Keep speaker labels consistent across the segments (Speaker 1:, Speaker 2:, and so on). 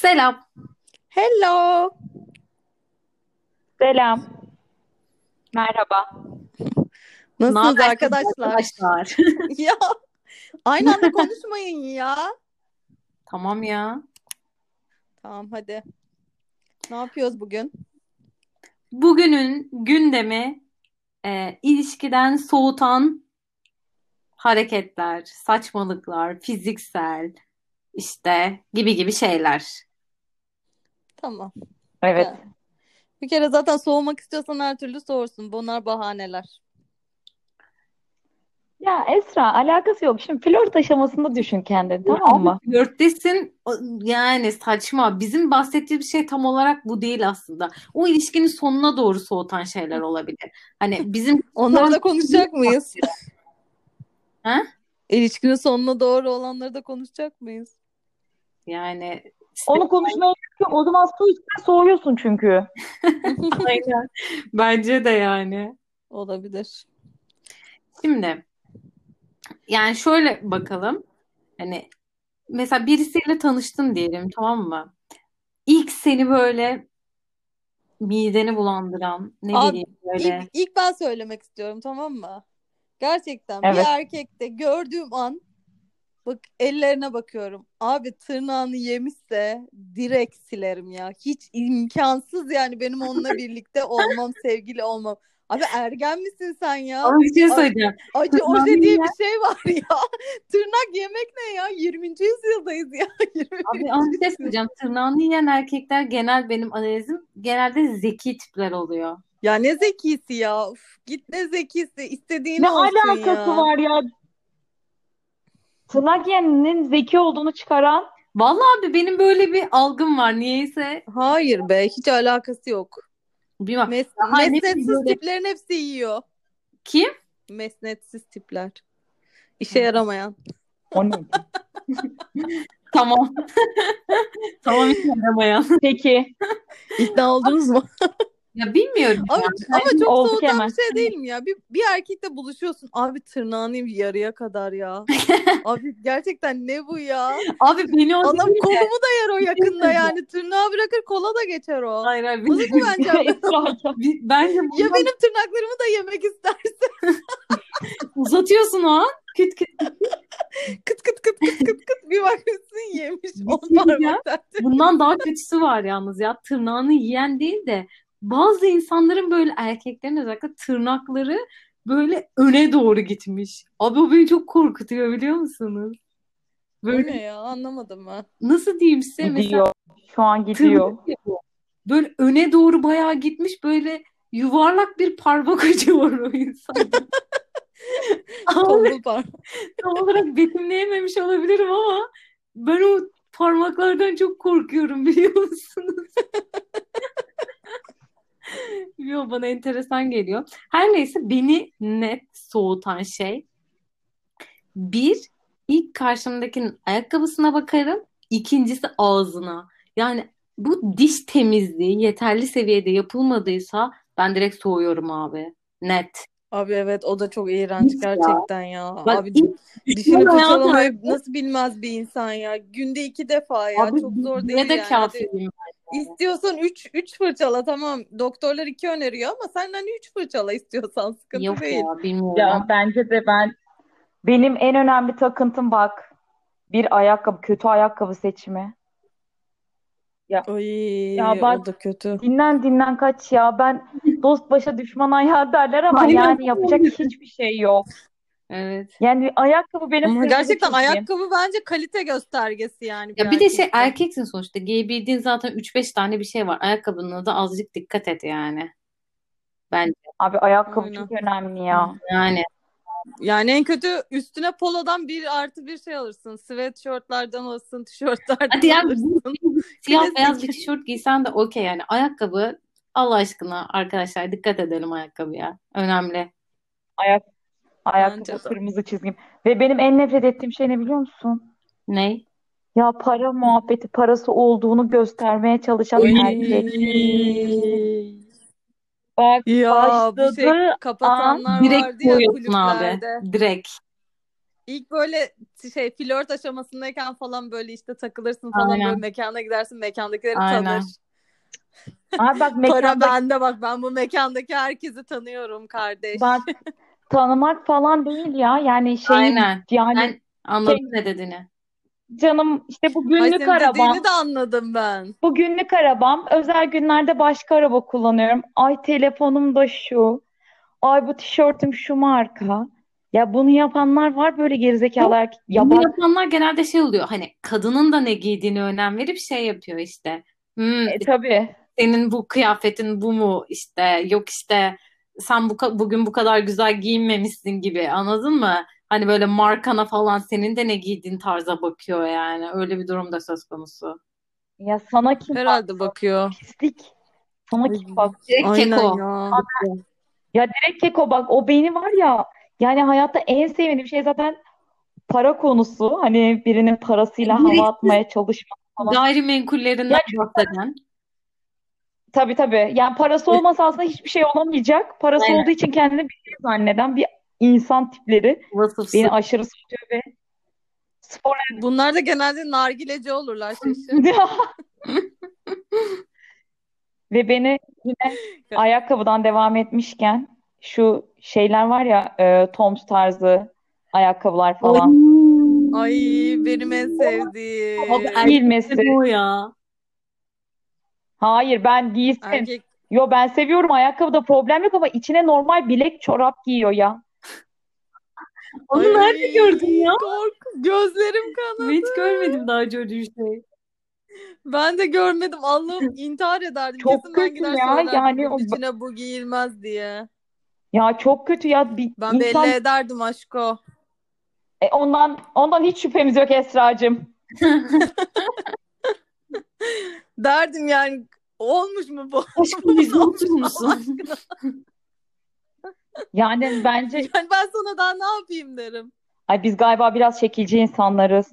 Speaker 1: Selam.
Speaker 2: Hello.
Speaker 3: Selam. Merhaba.
Speaker 1: Ne
Speaker 2: Nasılsınız
Speaker 1: haber kız
Speaker 2: arkadaşlar?
Speaker 1: arkadaşlar?
Speaker 2: Ya aynı anda konuşmayın ya.
Speaker 1: Tamam ya.
Speaker 2: Tamam hadi. Ne yapıyoruz bugün?
Speaker 1: Bugünün gündemi e, ilişkiden soğutan hareketler, saçmalıklar, fiziksel işte gibi gibi şeyler.
Speaker 2: Tamam.
Speaker 3: Evet.
Speaker 2: Ya. Bir kere zaten soğumak istiyorsan her türlü soğursun. Bunlar bahaneler.
Speaker 3: Ya Esra alakası yok. Şimdi flört aşamasında düşün kendini tamam mı?
Speaker 1: Flörttesin o- yani saçma. Bizim bahsettiğimiz şey tam olarak bu değil aslında. O ilişkinin sonuna doğru soğutan şeyler olabilir. Hani bizim
Speaker 2: Onları da konuşacak mıyız?
Speaker 1: Ha?
Speaker 2: İlişkinin sonuna doğru olanları da konuşacak mıyız?
Speaker 1: yani
Speaker 3: Onu konuşmaya gerek yok. O zaman su içme soğuyorsun çünkü.
Speaker 1: Aynen. Bence de yani.
Speaker 2: Olabilir.
Speaker 1: Şimdi yani şöyle bakalım. Hani mesela birisiyle tanıştın diyelim tamam mı? İlk seni böyle mideni bulandıran ne
Speaker 2: Abi,
Speaker 1: bileyim böyle
Speaker 2: İlk, ilk ben söylemek istiyorum tamam mı? Gerçekten bir
Speaker 3: Evet.
Speaker 2: erkekte gördüğüm an bak ellerine bakıyorum. Abi tırnağını yemişse direkt silerim ya. Hiç imkansız yani benim onunla birlikte olmam, sevgili olmam. Abi ergen misin sen ya?
Speaker 1: Ama bir şey
Speaker 2: Ay,
Speaker 1: söyleyeceğim.
Speaker 2: Acı
Speaker 1: tırnağını
Speaker 2: oje diye
Speaker 1: yiyen-
Speaker 2: bir şey var ya. Tırnak yemek ne ya? 20. yüzyıldayız ya. 20.
Speaker 1: Abi ama bir şey söyleyeceğim. Tırnağını yiyen erkekler genel benim analizim genelde zeki tipler oluyor.
Speaker 2: Ya ne zekisi ya. Uf, git ne zekisi. İstediğin
Speaker 3: Ne
Speaker 2: olsun
Speaker 3: alakası
Speaker 2: ya.
Speaker 3: var ya? Tırnak yiyenin zeki olduğunu çıkaran
Speaker 1: Vallahi abi benim böyle bir algım var. Niyeyse
Speaker 2: Hayır be hiç alakası yok.
Speaker 1: bilmem.
Speaker 2: Mes
Speaker 1: Daha ne bileyim
Speaker 2: mesnetsiz
Speaker 1: böyle-
Speaker 2: tiplerin hepsi yiyor.
Speaker 1: Kim?
Speaker 2: Mesnetsiz tipler. İşe yaramayan.
Speaker 3: o ne?
Speaker 1: Tamam. Tamam hiç yaramayan.
Speaker 3: Peki.
Speaker 2: İkna oldunuz mu?
Speaker 1: Ya bilmiyorum.
Speaker 2: Ama, ama çok
Speaker 3: Olduk
Speaker 2: soğutan
Speaker 3: hemen.
Speaker 2: bir şey değil mi ya? Bir, bir erkekle buluşuyorsun. Abi tırnağını yarıya kadar ya. Abi gerçekten ne bu ya?
Speaker 1: Abi beni o
Speaker 2: Adam
Speaker 1: değil de- şey
Speaker 2: kolumu da yer o yakında
Speaker 1: söyleyeceğim.
Speaker 2: yani. Tırnağı bırakır kola da geçer o.
Speaker 1: Hayır hayır.
Speaker 2: Nasıl güvence
Speaker 1: şey
Speaker 2: abi?
Speaker 3: Esra'cığım.
Speaker 1: Bir- Bence
Speaker 2: Ya
Speaker 1: bundan
Speaker 2: benim tırnaklarımı da yemek isterse.
Speaker 1: uzatıyorsun o an. Küt küt.
Speaker 2: Kıt kıt kıt kıt kıt kıt bir bakmışsın yemiş.
Speaker 1: Bir
Speaker 2: On
Speaker 1: şey diyeceğim.
Speaker 2: parmak zaten.
Speaker 1: Bundan daha kötüsü var yalnız ya. Tırnağını yiyen değil de bazı insanların böyle erkeklerin özellikle tırnakları böyle öne doğru gitmiş. Abi o beni çok korkutuyor biliyor musunuz?
Speaker 2: O
Speaker 1: Böyle
Speaker 2: ne ya anlamadım ben.
Speaker 1: nasıl diyeyim size mesela
Speaker 3: Gidiyor. Şu an gidiyor.
Speaker 1: tırnak yapıyor. Böyle öne doğru bayağı gitmiş böyle yuvarlak bir parmak ucu var o insan. Abi
Speaker 2: Tombul parmak.
Speaker 1: tam olarak betimleyememiş olabilirim ama ben o parmaklardan çok korkuyorum biliyor musunuz? Bilmiyorum bana enteresan geliyor. Her neyse beni net soğutan şey bir ilk karşımdakinin ayakkabısına bakarım ikincisi ağzına. Yani bu diş temizliği yeterli seviyede yapılmadıysa ben direkt soğuyorum abi. Net.
Speaker 2: Abi evet o da çok iğrenç
Speaker 1: Hiç ya.
Speaker 2: gerçekten ya.
Speaker 1: Bak
Speaker 2: Abi şey
Speaker 1: ilk
Speaker 2: dişini
Speaker 1: ayağı
Speaker 2: fırçalamayı nasıl bilmez bir insan ya. Günde iki defa ya.
Speaker 1: abi
Speaker 2: Çok zor
Speaker 1: ne
Speaker 2: değil
Speaker 1: de
Speaker 2: yani. Hadi
Speaker 1: kafiyim.
Speaker 2: istiyorsan üç, üç fırçala tamam. Doktorlar iki öneriyor ama sen hani üç fırçala istiyorsan sıkıntı
Speaker 1: Yok
Speaker 2: değil.
Speaker 1: ya bilmiyorum.
Speaker 3: Ya bence de ben benim en önemli takıntım bak. Bir ayakkabı, kötü ayakkabı seçimi.
Speaker 2: Ay,
Speaker 3: Ya bak-
Speaker 2: o da kötü.
Speaker 3: Dinlen dinlen kaç ya. Ben dost başa düşman ayağı derler ama
Speaker 1: Aynen.
Speaker 3: yani yapacak hiçbir şey yok.
Speaker 1: Evet.
Speaker 3: Yani ayakkabı benim
Speaker 2: Ama
Speaker 3: sırrımı
Speaker 2: gerçekten
Speaker 3: çözeyim.
Speaker 2: ayakkabı bence kalite göstergesi yani bir
Speaker 1: Ya bir de şey
Speaker 2: erkekte.
Speaker 1: erkeksin sonuçta. Giyebildiğin zaten 3-5 tane bir şey var. Ayakkabına da azıcık dikkat et yani. Bence
Speaker 3: Abi ayakkabı
Speaker 2: Aynen.
Speaker 3: çok önemli ya.
Speaker 1: yani.
Speaker 2: Yani en kötü üstüne polodan bir artı bir şey alırsın. Sweatshirtlerden alırsın, tişörtlerden
Speaker 1: Hadi yani bu-
Speaker 2: alırsın.
Speaker 1: siyah
Speaker 2: Klasik.
Speaker 1: beyaz bir tişört giysen de okey yani. Ayakkabı Allah aşkına arkadaşlar dikkat edelim ayakkabıya. Önemli.
Speaker 3: Ayak
Speaker 2: Bence
Speaker 3: ayakkabı
Speaker 2: de.
Speaker 3: kırmızı çizgim. Ve benim en nefret ettiğim şey ne biliyor musun?
Speaker 1: Ne?
Speaker 3: Ya para muhabbeti, parası olduğunu göstermeye çalışan
Speaker 1: Oy.
Speaker 3: erkek. Bak
Speaker 2: Ya bu şey
Speaker 3: başladı an
Speaker 2: kapatanlar
Speaker 1: Direkt
Speaker 2: vardı ya
Speaker 1: koyuyorsun abi.
Speaker 2: kulüplerde. Şey-
Speaker 1: Direkt.
Speaker 2: İlk böyle şey flört aşamasındayken falan böyle işte takılırsın falan
Speaker 1: Aynen.
Speaker 2: böyle mekana gidersin mekandakileri
Speaker 1: Aynen.
Speaker 2: tanır.
Speaker 3: Abi bak
Speaker 2: Para
Speaker 3: mekanda
Speaker 2: bende bak ben bu mekandaki herkesi tanıyorum kardeş.
Speaker 3: bak tanımak falan değil ya. Yani şey
Speaker 1: Aynen.
Speaker 3: yani
Speaker 1: Ben
Speaker 2: şey-
Speaker 1: anladım ne dediğini.
Speaker 3: canım işte bu
Speaker 2: Ay
Speaker 3: günlük
Speaker 2: senin
Speaker 3: arabam.
Speaker 2: dediğini de anladım ben.
Speaker 3: Bu günlük arabam. Özel günlerde başka araba kullanıyorum. Ay telefonum da şu. Ay bu tişörtüm şu marka. Ya bunu yapanlar var böyle gerizekalılar. Ya
Speaker 1: Bunu
Speaker 3: bak
Speaker 1: yapanlar genelde şey oluyor hani kadının da ne giydiğine önem verip şey yapıyor işte. Hmm,
Speaker 3: e, tabii.
Speaker 1: senin bu kıyafetin bu mu işte yok işte sen bu ka- bugün bu kadar güzel giyinmemişsin gibi anladın mı? Hani böyle markana falan senin de ne giydiğin tarza bakıyor yani. Öyle bir durum da söz konusu.
Speaker 3: Ya sana kim bak
Speaker 2: Herhalde bakıyor.
Speaker 3: pislik. Sana
Speaker 2: Ay.
Speaker 3: kim bak.
Speaker 1: Direkt
Speaker 2: Aynen
Speaker 1: keko.
Speaker 2: ya.
Speaker 3: Ya direkt keko bak o beni var ya. Yani hayatta en sevmediğim şey zaten para konusu. Hani birinin parasıyla
Speaker 1: Gereksiz.
Speaker 3: hava atmaya çalışma. falan.
Speaker 1: Gayrimenkullerinden
Speaker 3: Ya
Speaker 1: bahseden.
Speaker 3: Tabii tabii. Yani parası olmasa aslında hiçbir şey olamayacak. Parası
Speaker 1: Aynen.
Speaker 3: olduğu için kendini bir şey zanneden bir insan tipleri
Speaker 1: Vasıfsız.
Speaker 3: beni aşırı sıkıyor ve sporla
Speaker 2: Bunlar da genelde nargileci olurlar şaşı.
Speaker 3: ve beni yine ayakkabıdan devam etmişken şu şeyler var ya e, Toms tarzı ayakkabılar falan.
Speaker 2: Ay benim en sevdiğim.
Speaker 1: Abi erkek
Speaker 3: Giyilmesi.
Speaker 1: bu ya.
Speaker 3: Hayır ben giysin.
Speaker 2: Erkek
Speaker 3: Yo ben seviyorum ayakkabıda problem yok ama içine normal bilek çorap giyiyor ya.
Speaker 1: Onu
Speaker 2: Ay,
Speaker 1: nerede gördün ya?
Speaker 2: Kork, gözlerim
Speaker 1: Ben
Speaker 2: kanadı.
Speaker 1: Hiç görmedim daha önce öyle bir şey.
Speaker 2: Ben de görmedim. Allah'ım intihar ederdim.
Speaker 3: Çok
Speaker 2: Kesin ben
Speaker 3: kötü
Speaker 2: gider
Speaker 3: ya,
Speaker 2: söylerdim.
Speaker 3: yani
Speaker 2: Bunun
Speaker 3: o-
Speaker 2: içine bu giyilmez diye.
Speaker 3: Ya çok kötü ya bir
Speaker 2: Ben belli
Speaker 3: insan
Speaker 2: ederdim aşko.
Speaker 3: E, ondan ondan hiç şüphemiz yok Esracığım.
Speaker 2: Derdim yani olmuş mu bu?
Speaker 1: Aşkım biz yolcu musun?
Speaker 3: Yani bence
Speaker 2: Yani ben sana daha ne yapayım derim.
Speaker 3: ay biz galiba biraz şekilci insanlarız.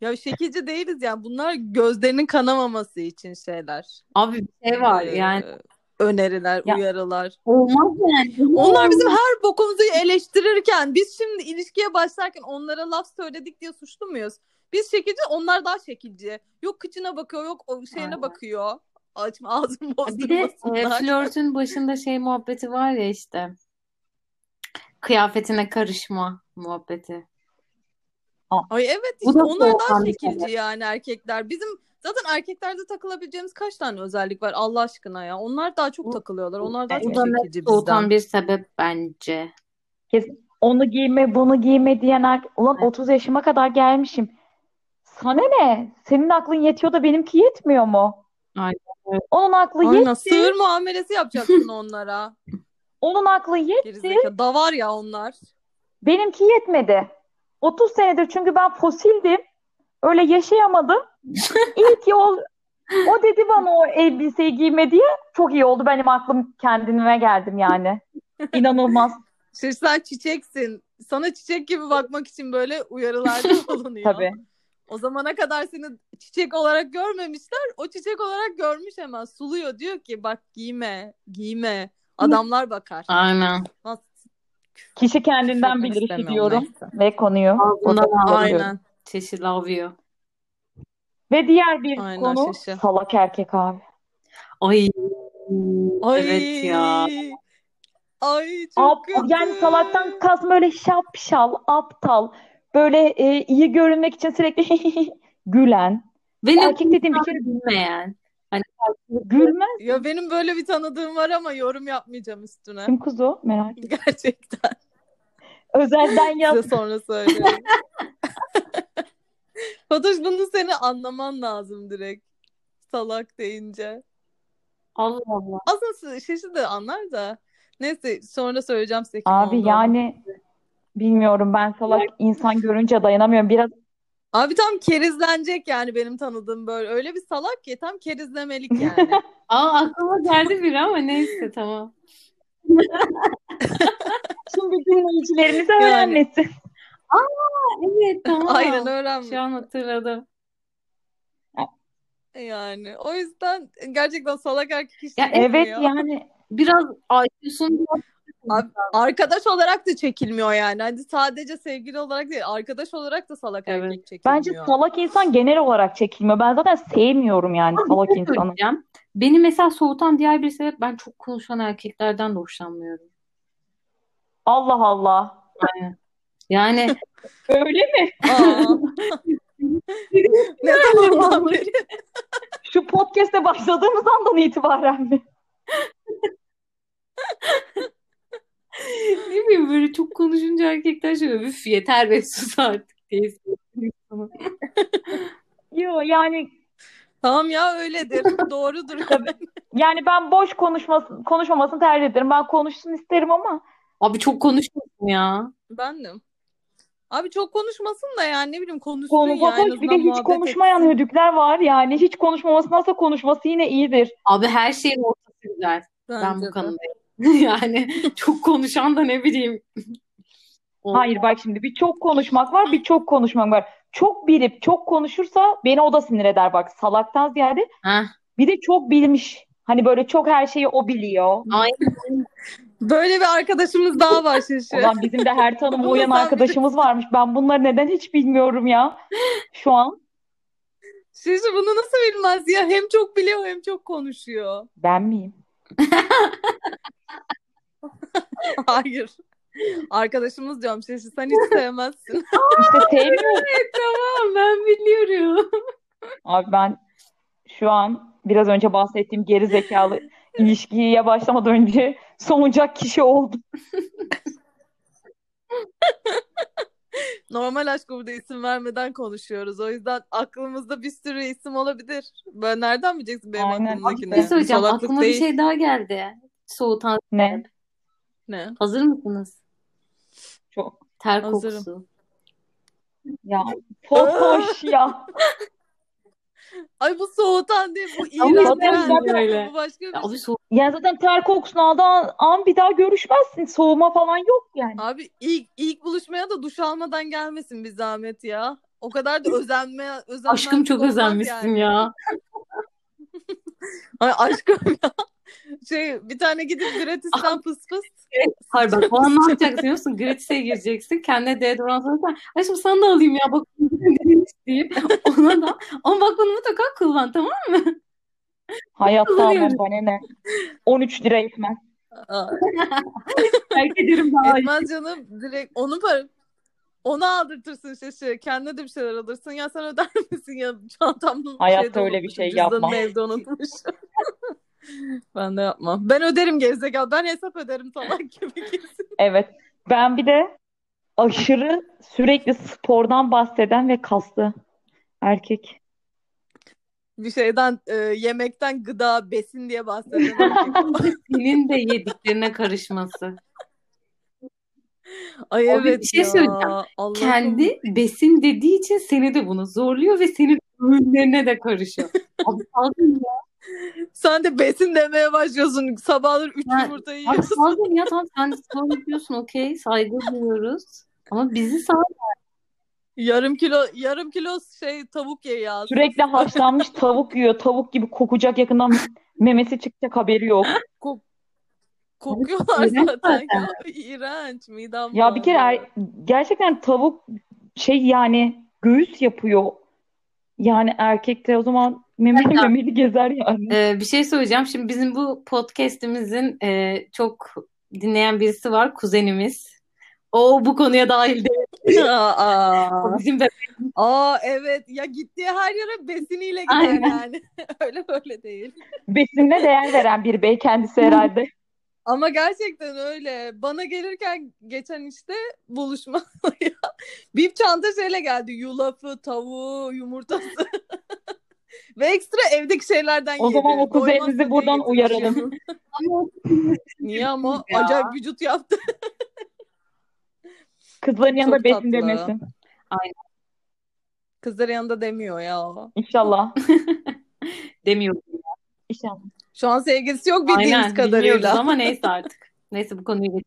Speaker 2: Ya şekilci değiliz yani. Bunlar gözlerinin kanamaması için şeyler.
Speaker 1: Abi bir şey var
Speaker 2: Ee,
Speaker 1: yani.
Speaker 2: öneriler,
Speaker 3: Ya-
Speaker 2: uyarılar.
Speaker 1: Olmaz yani.
Speaker 2: Onlar bizim her bokumuzu eleştirirken biz şimdi ilişkiye başlarken onlara laf söyledik diye suçlu muyuz? Biz şekilci onlar daha şekilci. Yok kıçına bakıyor yok o şeyine
Speaker 1: Aynen.
Speaker 2: bakıyor. Açma ağzını
Speaker 1: Bir de e,
Speaker 2: bozdurmasınlar.
Speaker 1: flörtün başında şey muhabbeti var ya işte. Kıyafetine karışma muhabbeti.
Speaker 2: Ay evet
Speaker 1: Bu
Speaker 2: işte
Speaker 1: da
Speaker 2: onlar daha
Speaker 1: soğukan bir şey.
Speaker 2: şekilci yani erkekler. Bizim zaten erkeklerde takılabileceğimiz kaç tane özellik var Allah aşkına ya. Onlar daha
Speaker 1: Bu-
Speaker 2: çok takılıyorlar. Onlar daha
Speaker 3: bu
Speaker 2: çok
Speaker 1: da ne
Speaker 2: şekilci
Speaker 1: Soğutan
Speaker 2: bizden.
Speaker 1: bir sebep bence.
Speaker 3: Onu giyme, bunu giyme diyen erkek. Ulan 30 yaşıma kadar gelmişim. Sana ne? Senin aklın yetiyor da benimki yetmiyor mu?
Speaker 1: Aynen
Speaker 3: Onun aklı
Speaker 2: Aynen
Speaker 3: yetti.
Speaker 2: sığır muamelesi yapacaksın onlara.
Speaker 3: Onun aklı yetti.
Speaker 2: Gerizekalı. Davar ya onlar.
Speaker 3: Benimki yetmedi. 30 senedir çünkü ben fosildim. Öyle yaşayamadım. İyi ki o, o dedi bana o elbiseyi giyme diye. Çok iyi oldu. Benim aklım kendime geldim yani. İnanılmaz.
Speaker 2: Şimdi sen çiçeksin. Sana çiçek gibi bakmak için böyle uyarılarda bulunuyor.
Speaker 3: Tabii.
Speaker 2: O zamana kadar seni çiçek olarak görmemişler. O çiçek olarak görmüş hemen. Suluyor diyor ki bak giyme, giyme. Adamlar bakar.
Speaker 1: Aynen.
Speaker 2: Nasıl
Speaker 3: Kişi kendinden
Speaker 2: Küfretmek
Speaker 3: bilir ki
Speaker 2: istemiyorum
Speaker 3: diyorum
Speaker 2: neyse.
Speaker 3: ve konuyu
Speaker 1: Ağzından
Speaker 3: burada
Speaker 1: al.
Speaker 3: kapatıyorum.
Speaker 2: Aynen.
Speaker 1: Çeşi love you.
Speaker 3: Ve diğer bir
Speaker 2: Aynen şey,
Speaker 3: konu
Speaker 2: şaşı.
Speaker 3: salak erkek abi.
Speaker 1: Ay.
Speaker 2: Ay.
Speaker 1: Evet ya.
Speaker 2: Ay
Speaker 3: Ab,
Speaker 2: çok kötü.
Speaker 3: yani salaktan kastım böyle şapşal, aptal, böyle e, iyi görünmek için sürekli gülen,
Speaker 1: Ve ne
Speaker 3: Erkek dediğim bir
Speaker 1: konuşacağını
Speaker 3: kere-
Speaker 1: bilmeyen.
Speaker 3: gülmez
Speaker 2: Ya benim böyle bir tanıdığım var ama yorum yapmayacağım üstüne.
Speaker 3: kim kuzu merak.
Speaker 2: Gerçekten.
Speaker 3: Özelden yaz.
Speaker 2: Size sonra söylüyorum. Fatoş bunu seni anlaman lazım direkt. Salak deyince.
Speaker 1: Allah Allah.
Speaker 2: Aslında şaşı da anlar da. Neyse sonra söyleyeceğim size kim
Speaker 3: Abi
Speaker 2: olduğunu.
Speaker 3: yani bilmiyorum ben salak insan görünce dayanamıyorum. Biraz
Speaker 2: Abi tam kerizlenecek yani benim tanıdığım böyle. Öyle bir salak ki tam kerizlemelik yani.
Speaker 1: Aa aklıma geldi bir ama neyse tamam.
Speaker 3: şimdi dinleyicilerimiz
Speaker 2: Yani-
Speaker 3: öğrenmesin.
Speaker 1: Evet tamam.
Speaker 2: Aynen
Speaker 1: Şu
Speaker 2: öğrenmiş.
Speaker 1: an hatırladım.
Speaker 2: Yani o yüzden gerçekten salak erkek hiç
Speaker 1: Ya
Speaker 2: tutmuyor.
Speaker 3: Evet yani
Speaker 1: Biraz IQ'sun
Speaker 2: Arkadaş olarak da çekilmiyor yani. Hani sadece sevgili olarak değil, arkadaş olarak da salak
Speaker 1: Evet.
Speaker 2: erkek çekilmiyor.
Speaker 3: Bence salak insan genel olarak çekilmiyor. Ben zaten sevmiyorum yani
Speaker 1: Ama bir
Speaker 3: salak
Speaker 1: şey
Speaker 3: insanı.
Speaker 1: söyleyeceğim. Beni mesela soğutan diğer bir sebep ben çok konuşan erkeklerden de hoşlanmıyorum.
Speaker 3: Allah Allah.
Speaker 1: Yani
Speaker 3: Öyle mi?
Speaker 2: Aa. ne zamandan beri?
Speaker 3: Şu podcast'e başladığımız andan itibaren mi?
Speaker 1: ne bileyim böyle çok konuşunca erkekler şey diyor, üf yeter be sus artık diye söylüyor.
Speaker 3: Yo yani
Speaker 2: Tamam ya öyledir. Doğrudur.
Speaker 3: yani ben boş konuşması konuşmamasını tercih ederim. Ben konuşsun isterim ama
Speaker 1: Abi çok konuşmuyorsun ya.
Speaker 2: Bendim. Abi çok konuşmasın da yani ne bileyim konuşsun
Speaker 3: konu
Speaker 2: ya en
Speaker 3: baba bir de
Speaker 2: azından
Speaker 3: hiç
Speaker 2: muhabbet
Speaker 3: konuşmayan
Speaker 2: etsin.
Speaker 3: hüdükler var. Yani hiç konuşmaması nasıl konuşması yine iyidir.
Speaker 1: Abi her şeyin ortası güzel. Ben
Speaker 2: Bence
Speaker 1: bu
Speaker 2: de.
Speaker 1: kanıdayım. Yani çok konuşan da ne bileyim.
Speaker 3: Hayır bak şimdi bir çok konuşmak var, bir çok konuşmak var. Çok bilip çok konuşursa beni o da sinir eder bak salaktan ziyade.
Speaker 1: Heh.
Speaker 3: Bir de çok bilmiş. Hani böyle çok her şeyi o biliyor.
Speaker 1: Ay,
Speaker 2: Böyle bir arkadaşımız daha var Şeşe.
Speaker 3: Ulan bizim de her tanıma
Speaker 2: Bunu
Speaker 3: uyan
Speaker 2: sen
Speaker 3: arkadaşımız varmış. Ben bunları neden hiç bilmiyorum ya şu an.
Speaker 2: Şeşe bunu nasıl bilmez ya? Hem çok biliyor hem çok konuşuyor.
Speaker 3: Ben miyim?
Speaker 2: Hayır. Arkadaşımız diyorum Şeşe sen hiç sevmezsin.
Speaker 3: İşte şey sevmiyorum.
Speaker 1: tamam ben biliyorum.
Speaker 3: Abi ben şu an biraz önce bahsettiğim geri zekalı ilişkiye başlamadan önce soğunacak kişi oldum.
Speaker 2: Normal aşk burada isim vermeden konuşuyoruz. O yüzden aklımızda bir sürü isim olabilir. Ben nereden bileceksin benim
Speaker 3: Aynen.
Speaker 2: aklımdakini?
Speaker 1: Ne söyleyeceğim
Speaker 2: Salaklık
Speaker 1: şey aklıma bir
Speaker 2: değil.
Speaker 1: şey daha geldi. Soğutan.
Speaker 3: Ne?
Speaker 2: Ne?
Speaker 1: Hazır mısınız?
Speaker 3: Çok.
Speaker 1: Ter
Speaker 2: Hazırım.
Speaker 1: kokusu.
Speaker 3: Ya fotoş ya.
Speaker 2: Ay bu soğutan değil bu
Speaker 1: Ama
Speaker 2: iğrenç.
Speaker 3: zaten
Speaker 1: böyle.
Speaker 2: Bu başka bir
Speaker 1: Ya
Speaker 2: şey.
Speaker 1: abi soğuk.
Speaker 3: Yani zaten ter kokusunu aldığı an, an bir daha görüşmezsin. Soğuma falan yok yani.
Speaker 2: Abi ilk ilk buluşmaya da duş almadan gelmesin bir zahmet ya. O kadar da özenme özenmezlik
Speaker 1: Aşkım çok
Speaker 2: olmaz
Speaker 1: özenmişsin
Speaker 2: yani.
Speaker 1: ya.
Speaker 2: Ay aşkım ya. Şey bir tane gidip gratis'ten fıs fıs.
Speaker 1: Hayır bak o an ne yapacaksın biliyor musun? Gratis'e gireceksin. Kendine deodorant alacaksın. Aşkım sana da alayım ya. Bak deyip ona da. Ama bak bunu mutlaka kullan tamam mı?
Speaker 3: Hayatta almam
Speaker 1: Kıvırıyorum.
Speaker 3: bana ne. 13 lira etmez.
Speaker 2: Aa,
Speaker 1: Terk ederim daha iyi.
Speaker 2: Etmez canım direkt onu para onu aldırtırsın şaşı. Kendine de bir şeyler alırsın. Ya sen öder misin ya çantamdan
Speaker 3: Hayatta
Speaker 2: şeyde
Speaker 3: öyle bir
Speaker 2: unutmuşum,
Speaker 3: şey
Speaker 2: cüzdanımı
Speaker 3: yapmam.
Speaker 2: evde unutmuşum. ben de yapmam. Ben öderim gerizekalı. Ben hesap öderim salak gibi kesin.
Speaker 3: Evet. Ben bir de aşırı sürekli spordan bahseden ve kaslı erkek.
Speaker 2: Bir şeyden e, yemekten gıda besin diye bahsediyorum.
Speaker 1: Senin de yediklerine karışması.
Speaker 2: Ay
Speaker 1: Abi bir
Speaker 2: evet
Speaker 1: şey
Speaker 2: ya.
Speaker 1: söyleyeceğim.
Speaker 2: Allah'ım.
Speaker 1: Kendi besin dediği için seni de bunu zorluyor ve senin ürünlerine de karışıyor. Abi salgın ya.
Speaker 2: Sen de besin demeye başlıyorsun. Sabahları 3
Speaker 1: Ha,
Speaker 2: yumurta
Speaker 1: Abi
Speaker 2: yiyorsun.
Speaker 1: salgın ya. Tamam sen spor yapıyorsun okey. Saygı duyuyoruz. Ama bizi sal.
Speaker 2: Yarım kilo yarım kilo şey tavuk ye ya.
Speaker 3: Sürekli haşlanmış tavuk yiyor. Tavuk gibi kokacak yakından memesi çıkacak haberi yok.
Speaker 2: Ko- kokuyorlar
Speaker 1: İğrenç
Speaker 2: zaten ya. İğrenç midem
Speaker 3: Ya bir kere
Speaker 2: bulandı.
Speaker 3: er- gerçekten tavuk şey yani göğüs yapıyor. Yani erkekte o zaman memeli
Speaker 1: Ya.
Speaker 3: memeli gezer yani.
Speaker 1: Ee, bir şey söyleyeceğim. Şimdi bizim bu podcast'imizin e, çok dinleyen birisi var. Kuzenimiz. O bu konuya dahil değil.
Speaker 2: Aa,
Speaker 1: O Bizim de
Speaker 2: aa evet ya gittiği her yere besiniyle gider
Speaker 1: Aynen.
Speaker 2: yani. Öyle böyle değil.
Speaker 3: Besinine değer veren bir bey kendisi herhalde.
Speaker 2: Ama gerçekten öyle. Bana gelirken geçen işte buluşma ya. Bir çanta şeyle geldi. Yulafı, tavuğu, yumurtası. Ve ekstra evdeki şeylerden
Speaker 3: O
Speaker 2: yedi.
Speaker 3: zaman o
Speaker 2: Doymazsa
Speaker 3: kuzenimizi
Speaker 2: diye
Speaker 3: buradan
Speaker 2: getirmiş
Speaker 3: uyaralım.
Speaker 2: yanına. Niye ama
Speaker 1: Ya.
Speaker 2: acayip vücut yaptı.
Speaker 3: Kızların yanında
Speaker 2: Çok
Speaker 3: besin
Speaker 2: tatlı.
Speaker 3: demesin.
Speaker 2: Kızların yanında demiyor ya. o.
Speaker 3: İnşallah.
Speaker 1: demiyorum.
Speaker 3: İnşallah.
Speaker 2: Şu an sevgilisi yok bildiğimiz
Speaker 1: Aynen bilmiyoruz
Speaker 2: kadarıyla.
Speaker 1: ama neyse artık. Neyse bu konuyu geçelim.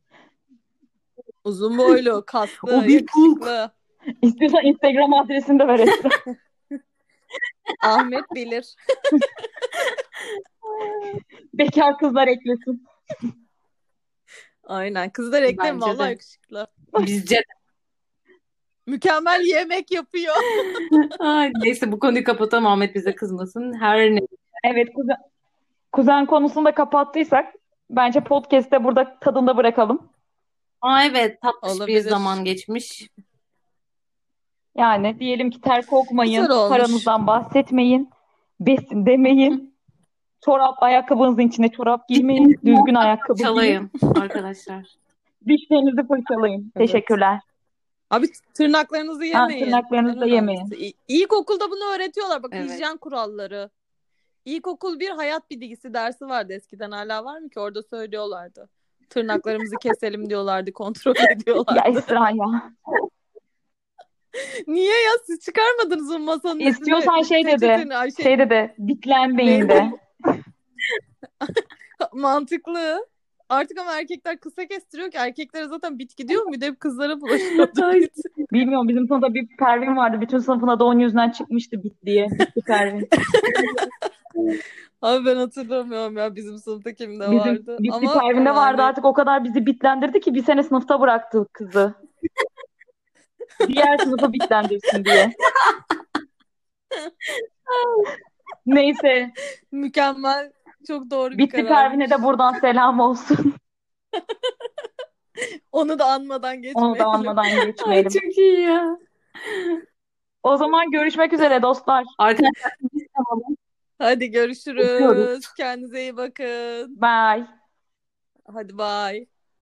Speaker 2: Uzun boylu, kaslı,
Speaker 1: O bir
Speaker 2: yakışıklı.
Speaker 1: kulp.
Speaker 3: İstiyorsan Instagram adresini de ver Esra.
Speaker 2: Ahmet bilir.
Speaker 3: Bekar kızlar eklesin.
Speaker 2: Aynen. Kızlar eklem
Speaker 1: Bence de.
Speaker 2: vallahi yakışıklı.
Speaker 1: Bizce
Speaker 2: Mükemmel yemek yapıyor.
Speaker 1: Ay, neyse bu konuyu kapatalım Ahmet bize kızmasın. Her ne
Speaker 3: Evet kuzen, kuzen konusunda kapattıysak bence podcast'te burada tadında bırakalım.
Speaker 1: Aa, evet tatlış
Speaker 2: Olabilir.
Speaker 1: bir zaman geçmiş.
Speaker 3: Yani diyelim ki ter kokmayın,
Speaker 2: Güzel olmuş.
Speaker 3: paranızdan bahsetmeyin, besin demeyin. Çorap, ayakkabınızın içine çorap giymeyin,
Speaker 1: Dişlerinizi
Speaker 3: düzgün ayakkabı giyin,
Speaker 1: Çalayım arkadaşlar.
Speaker 3: dişlerinizi fırçalayın.
Speaker 2: Evet.
Speaker 3: Teşekkürler.
Speaker 2: Abi tırnaklarınızı
Speaker 3: Ha,
Speaker 2: yemeyin.
Speaker 3: tırnaklarınızı da
Speaker 2: En
Speaker 3: yemeyin.
Speaker 2: önemlisi. İ- İlkokulda bunu öğretiyorlar. Bak
Speaker 1: Evet.
Speaker 2: hijyen kuralları. İlkokul bir hayat bilgisi dersi vardı eskiden hala var mı ki? Orada söylüyorlardı. Tırnaklarımızı keselim diyorlardı. Kontrol
Speaker 3: Ya
Speaker 2: ediyorlardı.
Speaker 3: Esra ya.
Speaker 2: Niye ya? Siz çıkarmadınız o masanın üstüne
Speaker 3: İstiyorsan şey dedi,
Speaker 2: peçeteni. Ay, şey-
Speaker 3: Şey de diklenmeyin de.
Speaker 2: Benim- Mantıklı. Artık ama erkekler kısa kestiriyor ki erkeklere zaten bitki diyor muydu? Hep kızlara bulaşıyordu.
Speaker 1: Ay,
Speaker 3: Bilmiyorum bizim sınıfta bir Pervin vardı. Bütün sınıfına da onun yüzünden çıkmıştı bit diye. Bitti Pervin.
Speaker 2: Abi ben hatırlamıyorum ya bizim sınıfta kimde
Speaker 3: Bizim
Speaker 2: vardı.
Speaker 3: bitli
Speaker 2: Ama
Speaker 3: Pervin'de vardı
Speaker 2: yani-
Speaker 3: artık o kadar bizi bitlendirdi ki bir sene sınıfta bıraktı kızı. Diğer sınıfı bitlendirsin diye. Neyse.
Speaker 2: Mükemmel. Çok doğru bir
Speaker 3: Bitli
Speaker 2: karar.
Speaker 3: Pervin'e de buradan selam olsun.
Speaker 2: Onu da anmadan geçmeyelim.
Speaker 3: Onu da anmadan
Speaker 1: ay
Speaker 3: geçmeyelim.
Speaker 1: çok iyi ya.
Speaker 3: O zaman görüşmek üzere dostlar.
Speaker 1: Arkadaşlar
Speaker 2: Hadi görüşürüz.
Speaker 1: Öpüyoruz.
Speaker 2: Kendinize iyi bakın.
Speaker 3: Bye.
Speaker 2: Hadi bay.